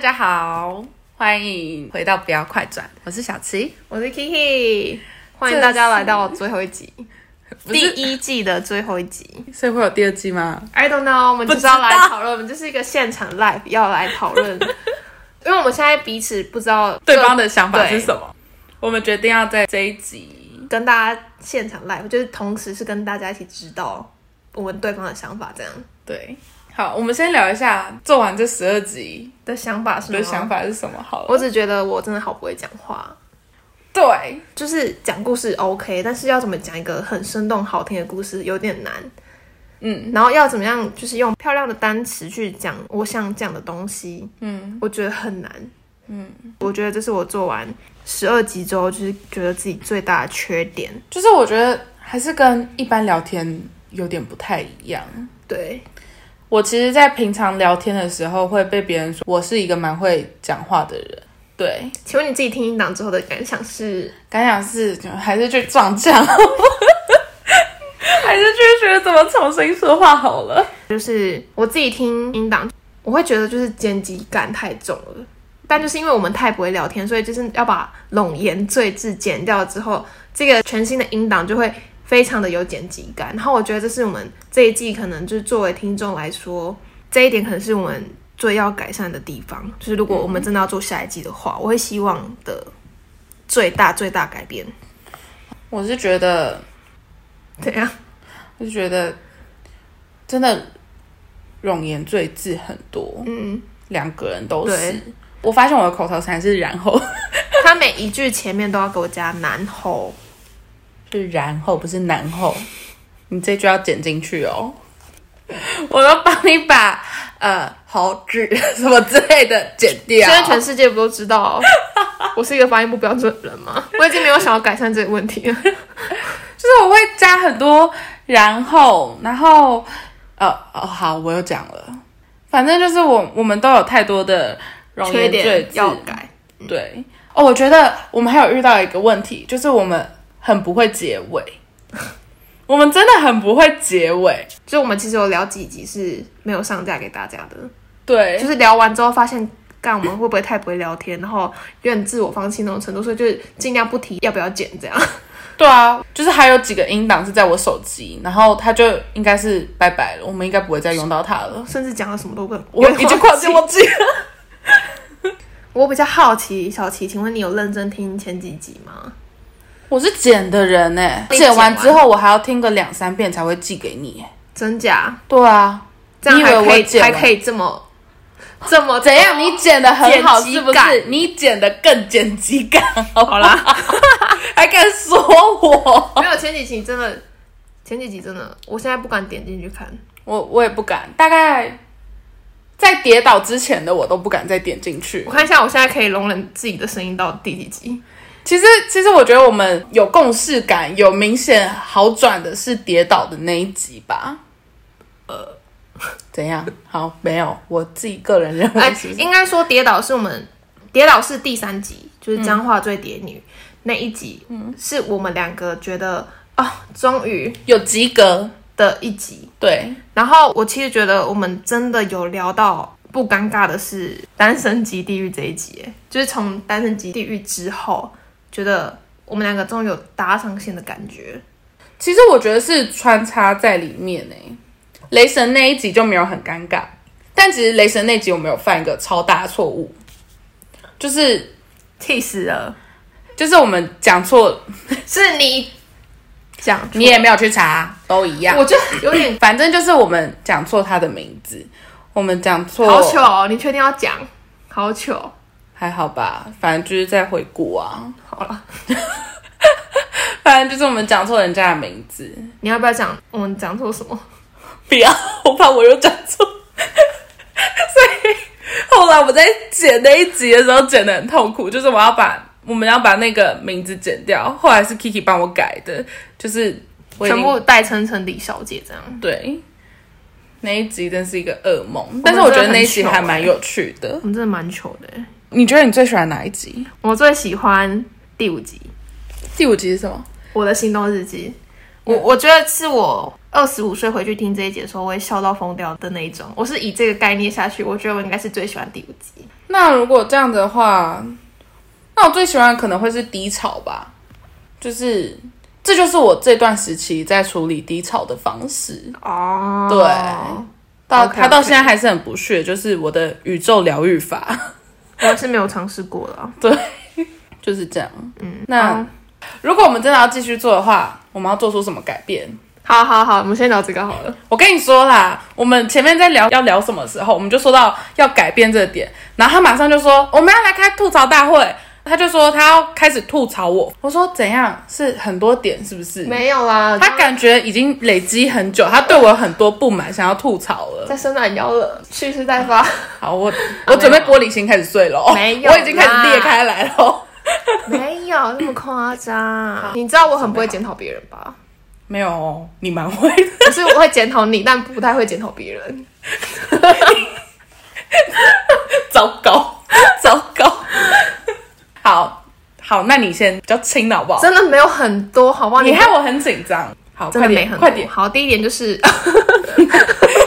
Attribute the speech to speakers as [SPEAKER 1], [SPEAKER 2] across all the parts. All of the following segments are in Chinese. [SPEAKER 1] 家好，欢迎回到不要快转，我是小七。
[SPEAKER 2] 我是 Kiki，欢迎大家来到最后一集，第
[SPEAKER 1] 是
[SPEAKER 2] 一季的最后一集。
[SPEAKER 1] 所以会有第二季吗？
[SPEAKER 2] I don't know，我们就是
[SPEAKER 1] 不
[SPEAKER 2] 要
[SPEAKER 1] 知道
[SPEAKER 2] 来讨论，我们这是一个现场 live 要来讨论， 因为我们现在彼此不知道
[SPEAKER 1] 对方的想法
[SPEAKER 2] 对
[SPEAKER 1] 是什么？我们决定要在这一集，
[SPEAKER 2] 跟大家现场 live，就是同时是跟大家一起知道我们对方的想法，这样
[SPEAKER 1] 对，好，我们先聊一下做完这十二集
[SPEAKER 2] 的想法是
[SPEAKER 1] 的
[SPEAKER 2] 吗
[SPEAKER 1] 想。法是什么好了。
[SPEAKER 2] 我只觉得我真的好不会讲话，
[SPEAKER 1] 对，
[SPEAKER 2] 就是讲故事 OK，但是要怎么讲一个很生动好听的故事有点难。
[SPEAKER 1] 嗯，
[SPEAKER 2] 然后要怎么样，就是用漂亮的单词去讲我想讲的东西，
[SPEAKER 1] 嗯，
[SPEAKER 2] 我觉得很难，嗯，我觉得这是我做完十二集之后，就是觉得自己最大的缺点，
[SPEAKER 1] 就是我觉得还是跟一般聊天有点不太一样。
[SPEAKER 2] 对，
[SPEAKER 1] 我其实，在平常聊天的时候，会被别人说我是一个蛮会讲话的人。对，
[SPEAKER 2] 请问你自己听一档之后的感想是？
[SPEAKER 1] 感想是就还是去撞墙，还是去学怎么重新说话好了。
[SPEAKER 2] 就是我自己听音档，我会觉得就是剪辑感太重了。但就是因为我们太不会聊天，所以就是要把冗言赘字剪掉之后，这个全新的音档就会非常的有剪辑感。然后我觉得这是我们这一季可能就是作为听众来说，这一点可能是我们最要改善的地方。就是如果我们真的要做下一季的话，我会希望的最大最大改变。
[SPEAKER 1] 我是觉得，
[SPEAKER 2] 怎样？
[SPEAKER 1] 我是觉得，真的冗言赘字很多，
[SPEAKER 2] 嗯，
[SPEAKER 1] 两个人都是
[SPEAKER 2] 对。
[SPEAKER 1] 我发现我的口头禅是然后，
[SPEAKER 2] 他每一句前面都要给我加难 吼。
[SPEAKER 1] 是然后，不是然后。你这句要剪进去哦。 我要帮你把呃猴子 什么之类的剪掉。
[SPEAKER 2] 现在全世界不都知 道我是一个发音不标准的人吗？我已经没有想要改善这个问题 了。
[SPEAKER 1] 就是我会加很多，然后，然后，呃，哦，好，我又讲了，反正就是我我们都有太多的容
[SPEAKER 2] 缺
[SPEAKER 1] 颜赘
[SPEAKER 2] 点
[SPEAKER 1] 字，
[SPEAKER 2] 要改，
[SPEAKER 1] 对。哦，我觉得我们还有遇到一个问题，就是我们很不会结尾， 我们真的很不会结尾，
[SPEAKER 2] 就我们其实有聊几集是没有上架给大家的，
[SPEAKER 1] 对，
[SPEAKER 2] 就是聊完之后发现，干我们会不会太不会聊天，然后有点自我放弃那种程度，所以就是尽量不提要不要剪这样。
[SPEAKER 1] 对啊，就是还有几个音档是在我手机，然后它就应该是拜拜了，我们应该不会再用到它了，
[SPEAKER 2] 甚至讲了什么都不，
[SPEAKER 1] 我已经忘记
[SPEAKER 2] 我
[SPEAKER 1] 忘记了。
[SPEAKER 2] 我比较好奇，小琪，请问你有认真听前几集吗？
[SPEAKER 1] 我是剪的人哎、
[SPEAKER 2] 你
[SPEAKER 1] 剪
[SPEAKER 2] 剪
[SPEAKER 1] 完
[SPEAKER 2] 完
[SPEAKER 1] 之后我还要听个两三遍才会寄给你、欸。
[SPEAKER 2] 真假？
[SPEAKER 1] 对啊，
[SPEAKER 2] 这样
[SPEAKER 1] 你以为
[SPEAKER 2] 还可
[SPEAKER 1] 我剪
[SPEAKER 2] 以
[SPEAKER 1] 完
[SPEAKER 2] 还可以这么这么
[SPEAKER 1] 怎样？你剪的很好
[SPEAKER 2] 剪
[SPEAKER 1] 是
[SPEAKER 2] 辑
[SPEAKER 1] 不
[SPEAKER 2] 感
[SPEAKER 1] 是？你剪的更剪辑感，好好啦， 还敢说我？
[SPEAKER 2] 没有前几集真的，前几集真的，我现在不敢点进去看。
[SPEAKER 1] 我我也不敢，大概在跌倒之前的我都不敢再点进去
[SPEAKER 2] 我。看一下，我现在可以容忍自己的声音到第几集？
[SPEAKER 1] 其实其实我觉得我们有共识感，有明显好转的是跌倒的那一集吧。呃，怎样？好，没有，我自己个人认
[SPEAKER 2] 哎
[SPEAKER 1] 为是，
[SPEAKER 2] 应该说跌倒是我们跌倒是第三集，就是彰化最蝶女、那一集，嗯，是我们两个觉得哦，终于
[SPEAKER 1] 有及格，
[SPEAKER 2] 的一集。
[SPEAKER 1] 对，
[SPEAKER 2] 然后我其实觉得我们真的有聊到不尴尬的是单身级地狱这一集，哎就是从单身级地狱之后，觉得我们两个终于有搭上线的感觉。
[SPEAKER 1] 其实我觉得是穿插在里面呢、雷神那一集就没有很尴尬，但其实雷神那集我没有犯一个超大的错误，就是
[SPEAKER 2] 气死了！
[SPEAKER 1] 就是我们讲错，
[SPEAKER 2] 是你讲错，
[SPEAKER 1] 你也没有去查，都一样。
[SPEAKER 2] 我就有点
[SPEAKER 1] 反正就是我们讲错他的名字，我们讲错，
[SPEAKER 2] 好糗 哦、你确定要讲？好糗，
[SPEAKER 1] 还好吧，反正就是在回顾啊，
[SPEAKER 2] 好了，
[SPEAKER 1] 反正就是我们讲错人家的名字，
[SPEAKER 2] 你要不要讲我们讲错什么？
[SPEAKER 1] 不要，我怕我又讲错。 所以后来我在剪那一集的时候，剪得很痛苦，就是我要把我们要把那个名字剪掉。后来是 Kiki 帮我改的，就是我已经
[SPEAKER 2] 全部代称成李小姐这样。
[SPEAKER 1] 对。那一集真是一个噩梦，
[SPEAKER 2] 真
[SPEAKER 1] 但是
[SPEAKER 2] 的
[SPEAKER 1] 我觉得那一集
[SPEAKER 2] 很糗
[SPEAKER 1] 还蛮有趣的。
[SPEAKER 2] 我们真的蛮糗的欸。
[SPEAKER 1] 欸你觉得你最喜欢哪一集？
[SPEAKER 2] 我最喜欢第五集《
[SPEAKER 1] 第五集是什么？
[SPEAKER 2] 我的行动日记》，我我觉得是我二十五岁回去听这一集的时候，我会笑到疯掉的那一种。我是以这个概念下去，我觉得我应该是最喜欢第五集。
[SPEAKER 1] 那如果这样的话，那我最喜欢的可能会是低潮吧，就是这就是我这段时期在处理低潮的方式。
[SPEAKER 2] 哦
[SPEAKER 1] 对到
[SPEAKER 2] OK，OK
[SPEAKER 1] 他到现在还是很不屑，就是我的宇宙疗愈法
[SPEAKER 2] 对，我是没有尝试过了。
[SPEAKER 1] 就是这样。嗯，那、
[SPEAKER 2] 好
[SPEAKER 1] 如果我们真的要继续做的话，我们要做出什么改变？
[SPEAKER 2] 好好好，我们先聊这个好了。
[SPEAKER 1] 我跟你说啦，我们前面在聊要聊什么时候，我们就说到要改变这点，然后他马上就说我们要来开吐槽大会，他就说他要开始吐槽我。我说怎样？是很多点是不是？
[SPEAKER 2] 没有啦，
[SPEAKER 1] 他感觉已经累积很久，他对我有很多不满，想要吐槽了。
[SPEAKER 2] 在伸懒腰了，蓄势待发。
[SPEAKER 1] 好，我我准备玻璃心开始碎了哦，
[SPEAKER 2] 啊没有
[SPEAKER 1] 我已经开始
[SPEAKER 2] 啦
[SPEAKER 1] 裂开来了哦。
[SPEAKER 2] 没有那么夸张。你知道我很不会检讨别人吧？
[SPEAKER 1] 没有哦，你蛮会的。
[SPEAKER 2] 可是我会检讨你，但不太会检讨别人。
[SPEAKER 1] 糟糕，糟糕。好好，那你先比较轻的好不好？
[SPEAKER 2] 真的没有很多，好不好？
[SPEAKER 1] 你
[SPEAKER 2] 看
[SPEAKER 1] 害我很紧张。好，
[SPEAKER 2] 真
[SPEAKER 1] 快
[SPEAKER 2] 的没
[SPEAKER 1] 点，
[SPEAKER 2] 很多
[SPEAKER 1] 快点。
[SPEAKER 2] 好，第一点就是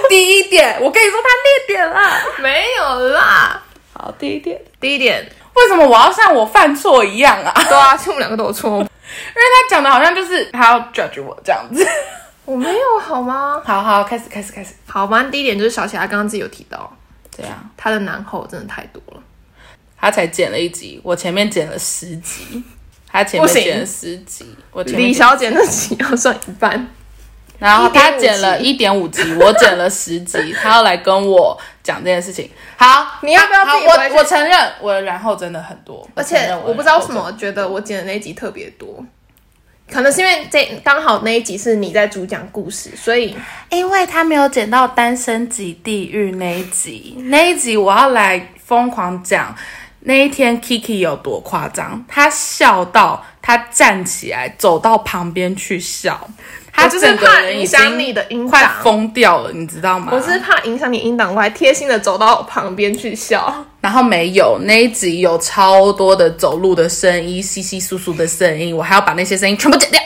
[SPEAKER 1] 第一点，我跟你说他列点了。
[SPEAKER 2] 没有啦。
[SPEAKER 1] 好，第一点，
[SPEAKER 2] 第一点，
[SPEAKER 1] 为什么我要像我犯错一样啊？
[SPEAKER 2] 对啊，其实我们两个都有错。
[SPEAKER 1] 因为他讲的好像就是他要 judge 我这样子。
[SPEAKER 2] 我没有好吗？
[SPEAKER 1] 好好，开始，开始，开始。
[SPEAKER 2] 好吧，第一点就是小琪，她刚刚自己有提到，
[SPEAKER 1] 这样，
[SPEAKER 2] 她的男后真的太多了。
[SPEAKER 1] 他才剪了一集，我前面剪了十集，他前
[SPEAKER 2] 不
[SPEAKER 1] 面
[SPEAKER 2] 行
[SPEAKER 1] 剪了十集，我前面
[SPEAKER 2] 李
[SPEAKER 1] 剪
[SPEAKER 2] 小姐那集要算一半，
[SPEAKER 1] 然后他
[SPEAKER 2] 1.5
[SPEAKER 1] 剪了一点五集，我剪了十 集，他要来跟我讲这件事情。好，
[SPEAKER 2] 你要不要
[SPEAKER 1] 好
[SPEAKER 2] 自己回去
[SPEAKER 1] 我我承认，我的然后真的很多，
[SPEAKER 2] 而
[SPEAKER 1] 承
[SPEAKER 2] 且
[SPEAKER 1] 认
[SPEAKER 2] 我不知道为什
[SPEAKER 1] 我的然后
[SPEAKER 2] 么，觉得我剪的那一集特别多，可能是因为这刚好那一集是你在主讲故事，所以
[SPEAKER 1] 因为他没有剪到单身级地狱那一集，那一集我要来疯狂讲那一天 Kiki 有多夸张，他笑到他站起来走到旁边去笑，他
[SPEAKER 2] 我就是
[SPEAKER 1] 整个
[SPEAKER 2] 怕
[SPEAKER 1] 人
[SPEAKER 2] 影
[SPEAKER 1] 已
[SPEAKER 2] 响
[SPEAKER 1] 经
[SPEAKER 2] 你的音
[SPEAKER 1] 快
[SPEAKER 2] 档。
[SPEAKER 1] 疯掉了，你知道吗？
[SPEAKER 2] 我是怕影响你音档，我还贴心的走到我旁边去笑。
[SPEAKER 1] 然后没有那一集有超多的走路的声音、稀稀疏疏的声音，我还要把那些声音全部剪掉。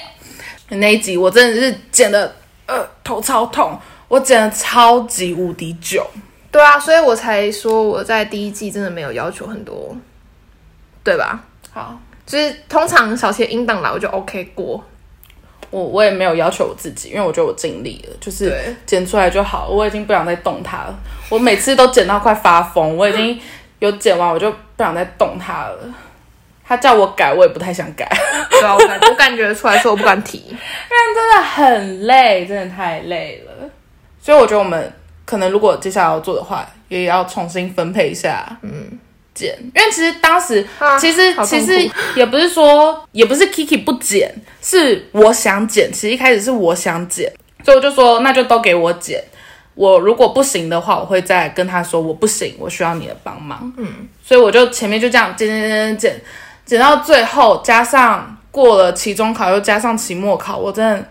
[SPEAKER 1] 那一集我真的是剪的，呃，头超痛，我剪的超级无敌久。
[SPEAKER 2] 对啊，所以我才说我在第一季真的没有要求很多，对吧？
[SPEAKER 1] 好，
[SPEAKER 2] 就是通常小切音档来我就 OK 过，
[SPEAKER 1] 我我也没有要求我自己，因为我觉得我尽力了，就是
[SPEAKER 2] 对
[SPEAKER 1] 剪出来就好。我已经不想再动它了，我每次都剪到快发疯，我已经有剪完我就不想再动它了。他叫我改，我也不太想改。
[SPEAKER 2] 对啊，我感我感觉出来，所以我不敢提。
[SPEAKER 1] 真的很累，真的太累了。所以我觉得我们可能如果接下来要做的话，也要重新分配一下，嗯，剪。因为其实当时，
[SPEAKER 2] 啊
[SPEAKER 1] 其实
[SPEAKER 2] 好痛
[SPEAKER 1] 其
[SPEAKER 2] 苦
[SPEAKER 1] 实也不是说，也不是 Kiki 不剪，是我想剪。其实一开始是我想剪，所以我就说那就都给我剪。我如果不行的话，我会再跟他说我不行，我需要你的帮忙。嗯，所以我就前面就这样剪剪剪剪剪，剪到最后，加上过了期中考，又加上期末考，我真的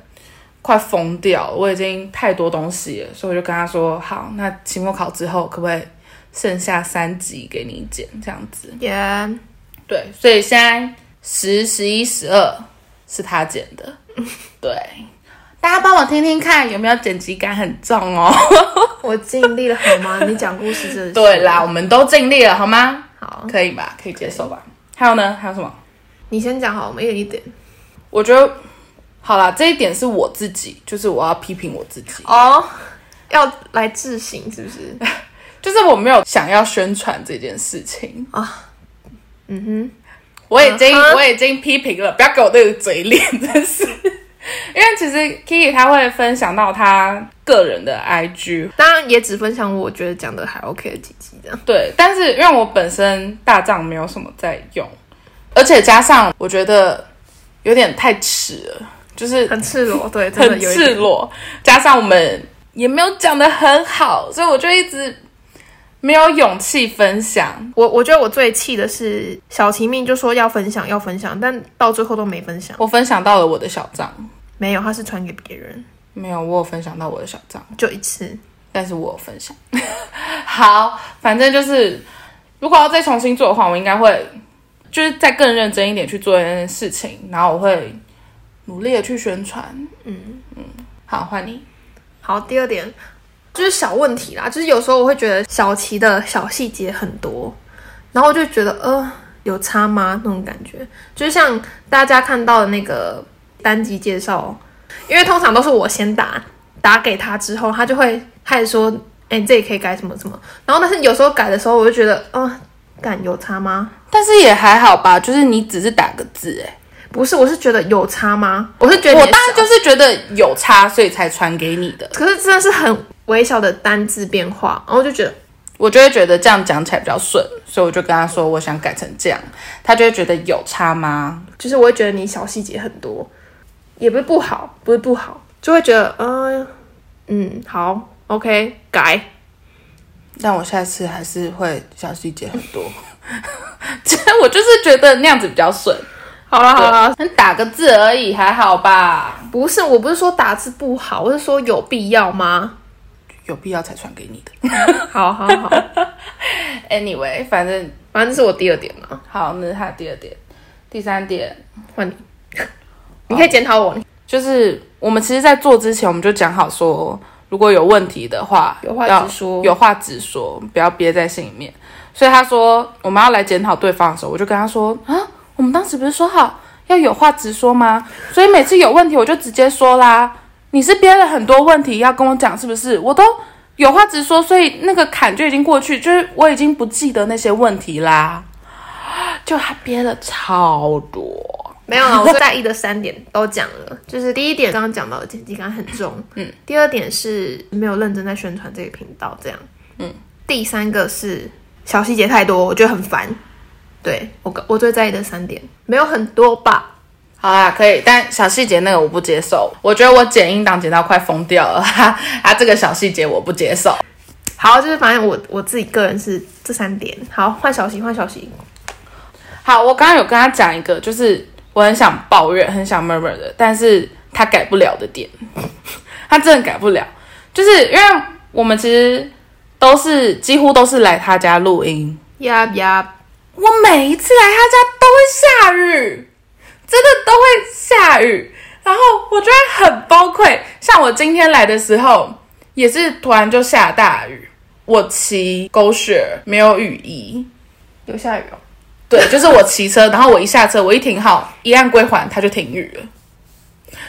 [SPEAKER 1] 快疯掉了，我已经太多东西了，所以我就跟他说，好，那期末考之后可不可以剩下三集给你剪这样子？
[SPEAKER 2] 耶、
[SPEAKER 1] 对，所以现在十、十一、十二是他剪的，对。大家帮我听听看有没有剪辑感很重哦。
[SPEAKER 2] 我尽力了好吗？你讲故事真的 是
[SPEAKER 1] 对啦，我。们都尽力了，好吗？
[SPEAKER 2] 好，
[SPEAKER 1] 可以吧？可以接受吧？还有呢？还有什么？
[SPEAKER 2] 你先讲好，我们一人一点。
[SPEAKER 1] 我觉得好啦，这一点是我自己，就是我要批评我自己，
[SPEAKER 2] 哦，要来自省是不是？
[SPEAKER 1] 就是我没有想要宣传这件事情啊。
[SPEAKER 2] 嗯哼，
[SPEAKER 1] 我已经、
[SPEAKER 2] 嗯哼
[SPEAKER 1] 我已经批评了，不要给我这个嘴脸，真是。 因为其实 Kiki 他会分享到他个人的 IG
[SPEAKER 2] 当然也只分享我觉得讲的还 OK 的几集这样。
[SPEAKER 1] 对，但是因为我本身大账没有什么在用，而且加上我觉得有点太迟了，就是
[SPEAKER 2] 很赤裸， 对，真的
[SPEAKER 1] 很
[SPEAKER 2] 有一
[SPEAKER 1] 赤
[SPEAKER 2] 点。
[SPEAKER 1] 裸，加上我们也没有讲的很好，所以我就一直没有勇气分享。
[SPEAKER 2] 我我觉得我最气的是小齐命就说要分享要分享，但到最后都没分享。
[SPEAKER 1] 我分享到了我的小账，
[SPEAKER 2] 没有，他是传给别人，
[SPEAKER 1] 没有，我有分享到我的小账。
[SPEAKER 2] 就一次。
[SPEAKER 1] 但是我有分享。 好，反正就是，如果要再重新做的话，我应该会就是再更认真一点去做这件事情，然后我会努力的去宣传。嗯嗯，好，换你。
[SPEAKER 2] 好，第二点就是小问题啦，就是有时候我会觉得小琪的小细节很多，然后我就觉得呃有差吗那种感觉，就是像大家看到的那个单集介绍，因为通常都是我先打打给他之后，他就会开始说，哎、你这里可以改什么什么，然后但是有时候改的时候，我就觉得呃感有差吗？
[SPEAKER 1] 但是也还好吧，就是你只是打个字、欸，
[SPEAKER 2] 不是，我是觉得有差吗？我是觉得
[SPEAKER 1] 我
[SPEAKER 2] 你的
[SPEAKER 1] 当
[SPEAKER 2] 小
[SPEAKER 1] 然就是觉得有差，所以才传给你的。
[SPEAKER 2] 可是真的是很微小的单字变化，然后我就觉得
[SPEAKER 1] 我就会觉得这样讲起来比较顺，所以我就跟他说我想改成这样，他就会觉得有差吗？
[SPEAKER 2] 就是我会觉得你小细节很多，也不是不好，不是不好，就会觉得，嗯、嗯，好，OK，改。
[SPEAKER 1] 但我下次还是会小细节很 多，这我就是觉得那样子比较顺，
[SPEAKER 2] 好了好了，
[SPEAKER 1] 打个字而已，还好吧？
[SPEAKER 2] 不是，我不是说打字不好，我是说有必要吗？
[SPEAKER 1] 有必要才传给你的。
[SPEAKER 2] 好好好，
[SPEAKER 1] Anyway，反正
[SPEAKER 2] 反正这是我第二点了，
[SPEAKER 1] 好，那是他的第二点，第三点
[SPEAKER 2] 换你，你可以检讨我，你
[SPEAKER 1] 就是我们其实，在做之前我们就讲好说，如果有问题的话，
[SPEAKER 2] 有话
[SPEAKER 1] 要
[SPEAKER 2] 直说
[SPEAKER 1] 有话直说，不要憋在心里面。所以他说我们要来检讨对方的时候，我就跟他说啊，我们当时不是说好要有话直说吗？所以每次有问题我就直接说啦。你是憋了很多问题要跟我讲，是不是？我都有话直说，所以那个坎就已经过去，就是我已经不记得那些问题啦。就他憋了超多，
[SPEAKER 2] 没有了，我最在意的三点都讲了，就是第一点刚刚讲到的剪辑感很重，嗯，第二点是没有认真在宣传这个频道，这样，嗯，第三个是小细节太多，我觉得很烦。对我我最在意的三点，没有很多吧？
[SPEAKER 1] 好啦，可以，但小细节那个我不接受。我觉得我剪音档剪到快疯掉了， 哈哈，啊，这个小细节我不接受。
[SPEAKER 2] 好，就是反正我我自己个人是这三点。好，换小溪，换小溪。
[SPEAKER 1] 好，我刚刚有跟他讲一个，就是我很想抱怨，很想 murmur 的，但是他改不了的点， 他真的改不了，就是因为我们其实都是几乎都是来他家录音，
[SPEAKER 2] 呀呀，
[SPEAKER 1] 我每一次来他家都会下雨，真的都会下雨，然后我就会很崩溃。像我今天来的时候，也是突然就下大雨，我骑狗血没有雨衣，
[SPEAKER 2] 有下雨哦。
[SPEAKER 1] 对，就是我骑车，然后我一下车，我一停好，一按归还，它就停雨了，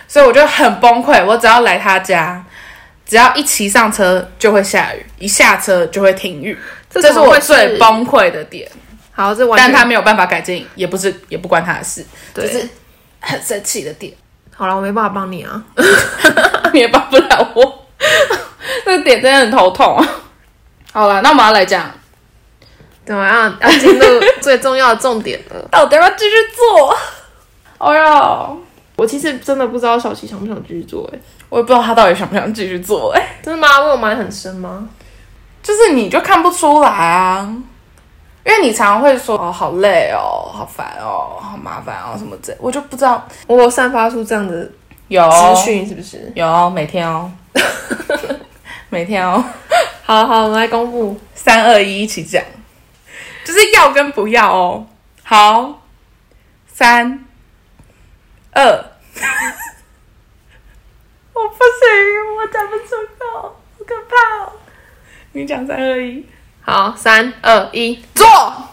[SPEAKER 1] 所以我就很崩溃。我只要来他家，只要一骑上车就会下雨，一下车就会停雨，
[SPEAKER 2] 这
[SPEAKER 1] 这是
[SPEAKER 2] 怎么
[SPEAKER 1] 我
[SPEAKER 2] 会
[SPEAKER 1] 最
[SPEAKER 2] 是
[SPEAKER 1] 崩溃的点。
[SPEAKER 2] 好，这完全
[SPEAKER 1] 但他没有办法改进，也不是也不关他的事，就
[SPEAKER 2] 对
[SPEAKER 1] 是很生气的点，
[SPEAKER 2] 好了，我没办法帮你啊。
[SPEAKER 1] 你也 帮不了我。这个点真的很头痛。啊好了，那我们要来讲，
[SPEAKER 2] 怎么样？啊要进入最重要的重点了。
[SPEAKER 1] 到底要不要继续做？哎呦，
[SPEAKER 2] 我其实真的不知道小琪想不想继续做、欸，
[SPEAKER 1] 我也不知道他到底想不想继续做、哎，
[SPEAKER 2] 真的吗？我有埋很深吗？
[SPEAKER 1] 就是你就看不出来啊，因为你常常会说哦好累哦，好烦哦，好麻烦哦什么之类，我就不知道
[SPEAKER 2] 我有散发出这样的
[SPEAKER 1] 有
[SPEAKER 2] 资讯是不是？
[SPEAKER 1] 有每天哦，每天哦。
[SPEAKER 2] 好好，我们来公布。
[SPEAKER 1] 三二一一起讲，就是要跟不要哦。好，三二， 我不行，我讲不出口，好可怕哦！你讲三二一，
[SPEAKER 2] 好，三二一，
[SPEAKER 1] 做 啊，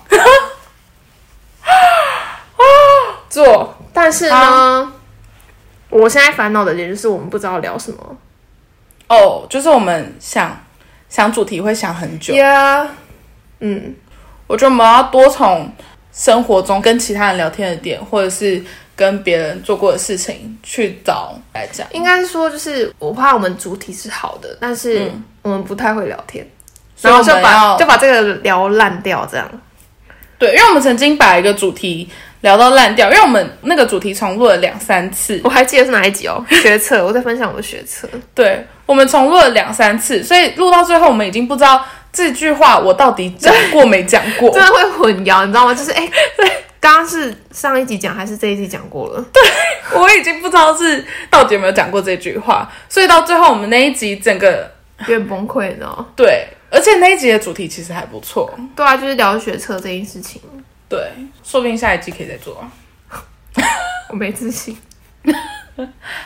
[SPEAKER 2] 做。但是呢
[SPEAKER 1] 好，
[SPEAKER 2] 我现在烦恼的点就是我们不知道聊什么。
[SPEAKER 1] 哦，就是我们想想主题会想很久，
[SPEAKER 2] 呀，嗯，
[SPEAKER 1] 我觉得我们要多从生活中跟其他人聊天的点，或者是跟别人做过的事情去找来讲。
[SPEAKER 2] 应该说就是我怕我们主题是好的，但是我们不太会聊天，
[SPEAKER 1] 所以
[SPEAKER 2] 然后就
[SPEAKER 1] 我们
[SPEAKER 2] 把
[SPEAKER 1] 要
[SPEAKER 2] 就把这个聊烂掉，这样。
[SPEAKER 1] 对，因为我们曾经把一个主题聊到烂掉，因为我们那个主题重录了两三次，
[SPEAKER 2] 我还记得是哪一集哦，学测，我在分享我的学测。
[SPEAKER 1] 对我们重录了两三次，所以录到最后，我们已经不知道这句话我到底讲过没讲过。
[SPEAKER 2] 真的会混淆，你知道吗？就是哎，对，刚刚是上一集讲还是这一集讲过了？
[SPEAKER 1] 我已经不知道是到底有没有讲过这句话，所以到最后我们那一集整个
[SPEAKER 2] 有点崩溃，你知道吗？
[SPEAKER 1] 对，而且那一集的主题其实还不错，
[SPEAKER 2] 对啊，就是聊学测这件事情，
[SPEAKER 1] 对，说不定下一季可以再做。
[SPEAKER 2] 我没自信。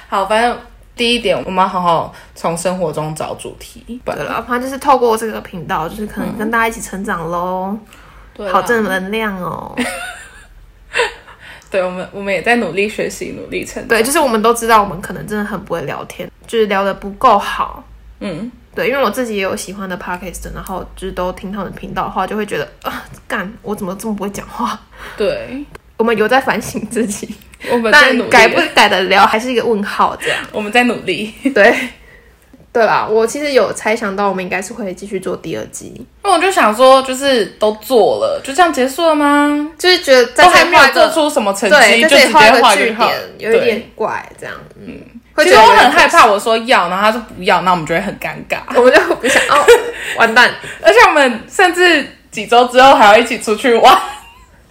[SPEAKER 1] 好，反正第一点，我们要好好从生活中找主题。对
[SPEAKER 2] 对了，反正就是透过这个频道，就是可能跟大家一起成长喽，
[SPEAKER 1] 对啦
[SPEAKER 2] 好正能量哦。
[SPEAKER 1] 啊对我们，我们也在努力学习，努力成长。
[SPEAKER 2] 对，就是我们都知道，我们可能真的很不会聊天，就是聊得不够好。
[SPEAKER 1] 嗯，
[SPEAKER 2] 对，因为我自己也有喜欢的 podcast，然后就是都听他们频道的话，就会觉得啊，干，我怎么这么不会讲话？
[SPEAKER 1] 对，
[SPEAKER 2] 我们有在反省自己，
[SPEAKER 1] 我们在努
[SPEAKER 2] 但改
[SPEAKER 1] 力，
[SPEAKER 2] 不改得了还是一个问号这样。
[SPEAKER 1] 我们在努力。
[SPEAKER 2] 对，对啦，我其实有猜想到，我们应该是会继续做第二季，
[SPEAKER 1] 那我就想说，就是都做了，就这样结束了吗？
[SPEAKER 2] 就是觉得在
[SPEAKER 1] 都
[SPEAKER 2] 这
[SPEAKER 1] 还
[SPEAKER 2] 里
[SPEAKER 1] 没
[SPEAKER 2] 画
[SPEAKER 1] 有
[SPEAKER 2] 一
[SPEAKER 1] 做
[SPEAKER 2] 个
[SPEAKER 1] 出什么成绩，
[SPEAKER 2] 对，在
[SPEAKER 1] 就直
[SPEAKER 2] 这
[SPEAKER 1] 接
[SPEAKER 2] 里画一个
[SPEAKER 1] 画一
[SPEAKER 2] 据
[SPEAKER 1] 个号
[SPEAKER 2] 点，有一。
[SPEAKER 1] 对
[SPEAKER 2] 点怪这样，嗯，会
[SPEAKER 1] 其
[SPEAKER 2] 觉得
[SPEAKER 1] 实我
[SPEAKER 2] 有点
[SPEAKER 1] 很害怕，我说要，然后他说不要，那我们就会很尴尬。
[SPEAKER 2] 我们就不想 哦，完蛋，
[SPEAKER 1] 而且我们甚至几周之后还要一起出去玩，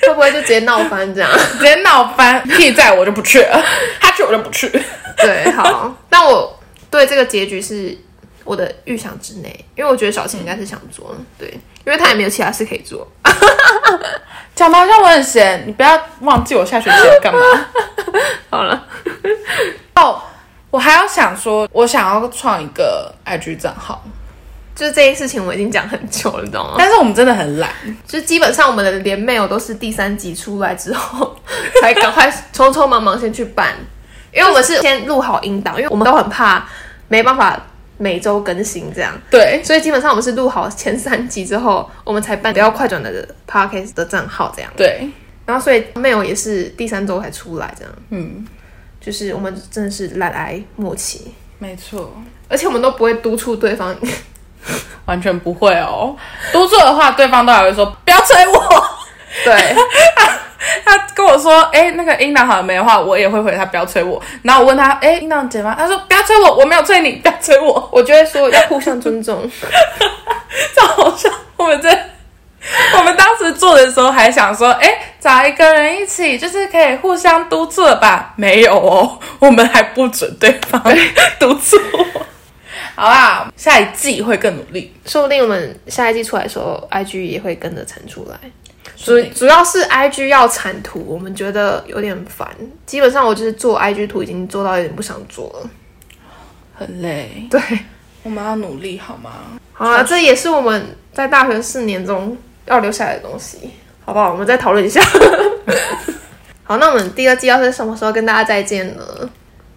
[SPEAKER 2] 会不会就直接闹翻这样？
[SPEAKER 1] 直接闹 翻。屁在我就不去了，他去我就不去。
[SPEAKER 2] 对，好，但我对这个结局是我的预想之内，因为我觉得小晴应该是想做，对，因为她也没有其他事可以做，
[SPEAKER 1] 讲的好像我很闲，你不要忘记我下学期要干嘛。
[SPEAKER 2] 好了，
[SPEAKER 1] 哦，我还要想说，我想要创一个 IG 账号，
[SPEAKER 2] 就是这件事情我已经讲很久了，你知道吗？
[SPEAKER 1] 但是我们真的很懒，
[SPEAKER 2] 就是基本上我们的连 mail 都是第三集出来之后才赶快匆匆忙忙先去办，因为我们是先录好音档，因为我们都很怕没办法每周更新这样，
[SPEAKER 1] 对，
[SPEAKER 2] 所以基本上我们是录好前三集之后，我们才办不要快转的 podcast 的账号这样，
[SPEAKER 1] 对，
[SPEAKER 2] 然后所以 mail 也是第三周才出来这样，
[SPEAKER 1] 嗯，
[SPEAKER 2] 就是我们真的是懒癌末期，
[SPEAKER 1] 没错，
[SPEAKER 2] 而且我们都不会督促对方，
[SPEAKER 1] 完全不会哦。督促的话，对方都还会说不要催我。
[SPEAKER 2] 对。
[SPEAKER 1] 他跟我说，哎、那个音档好了没的话，我也会回他不要催我。然后我问他，哎、音档姐吗？他说不要催我，我没有催你，不要催我。
[SPEAKER 2] 我就会说要互相尊 重，
[SPEAKER 1] 超好笑！我们在我们当时做的时候还想说，哎、找一个人一起，就是可以互相督促的吧？没有哦，我们还不准对方 督促我。好啦，下一季会更努力。
[SPEAKER 2] 说不定我们下一季出来的时候，IG 也会跟着产出来。
[SPEAKER 1] 所
[SPEAKER 2] 主主要是 IG 要产图，我们觉得有点烦。基本上我就是做 IG 图已经做到有点不想做了。
[SPEAKER 1] 很累，
[SPEAKER 2] 对，
[SPEAKER 1] 我们要努力好吗？
[SPEAKER 2] 好了，这也是我们在大学四年中要留下来的东西，好不好？我们再讨论一 下。好，那我们第二季要是什么时候跟大家再见呢？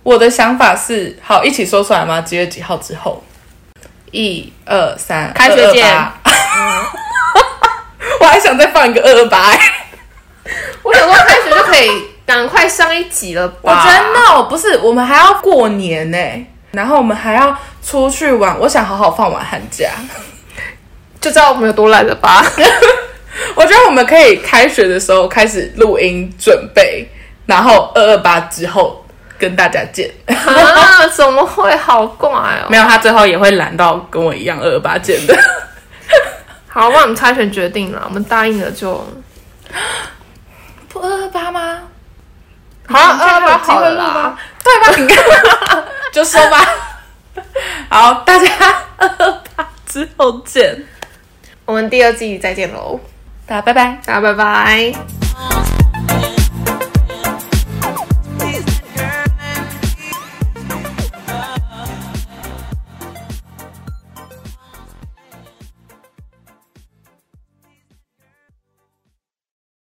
[SPEAKER 1] 我的想法是，好，一起说出来吗？几月几号之后？一二三，
[SPEAKER 2] 开学见
[SPEAKER 1] 228 我还想再放一个二二八， 欸
[SPEAKER 2] 我想说开学就可以赶快上一集了吧？
[SPEAKER 1] 我哦真的不是，我们还要过年呢、然后我们还要出去玩。我想好好放完寒假，
[SPEAKER 2] 就知道我们有多懒了
[SPEAKER 1] 啊
[SPEAKER 2] 吧？
[SPEAKER 1] 我觉得我们可以开学的时候开始录音准备，然后二二八之后跟大家见。
[SPEAKER 2] 啊，怎么会好怪哦？
[SPEAKER 1] 没有，他最后也会懒到跟我一样二二八见的。
[SPEAKER 2] 好，那我们猜拳决定了，我们答应了就
[SPEAKER 1] 不二二八吗？
[SPEAKER 2] 好像二
[SPEAKER 1] 这样还有
[SPEAKER 2] 八
[SPEAKER 1] 机
[SPEAKER 2] 好
[SPEAKER 1] 会
[SPEAKER 2] 了
[SPEAKER 1] 录
[SPEAKER 2] 啦
[SPEAKER 1] 吗。？对吧？你看， 就说吧。好，大家二二八之后见，
[SPEAKER 2] 我们第二季再见喽，
[SPEAKER 1] 大家拜拜。
[SPEAKER 2] 大家拜拜。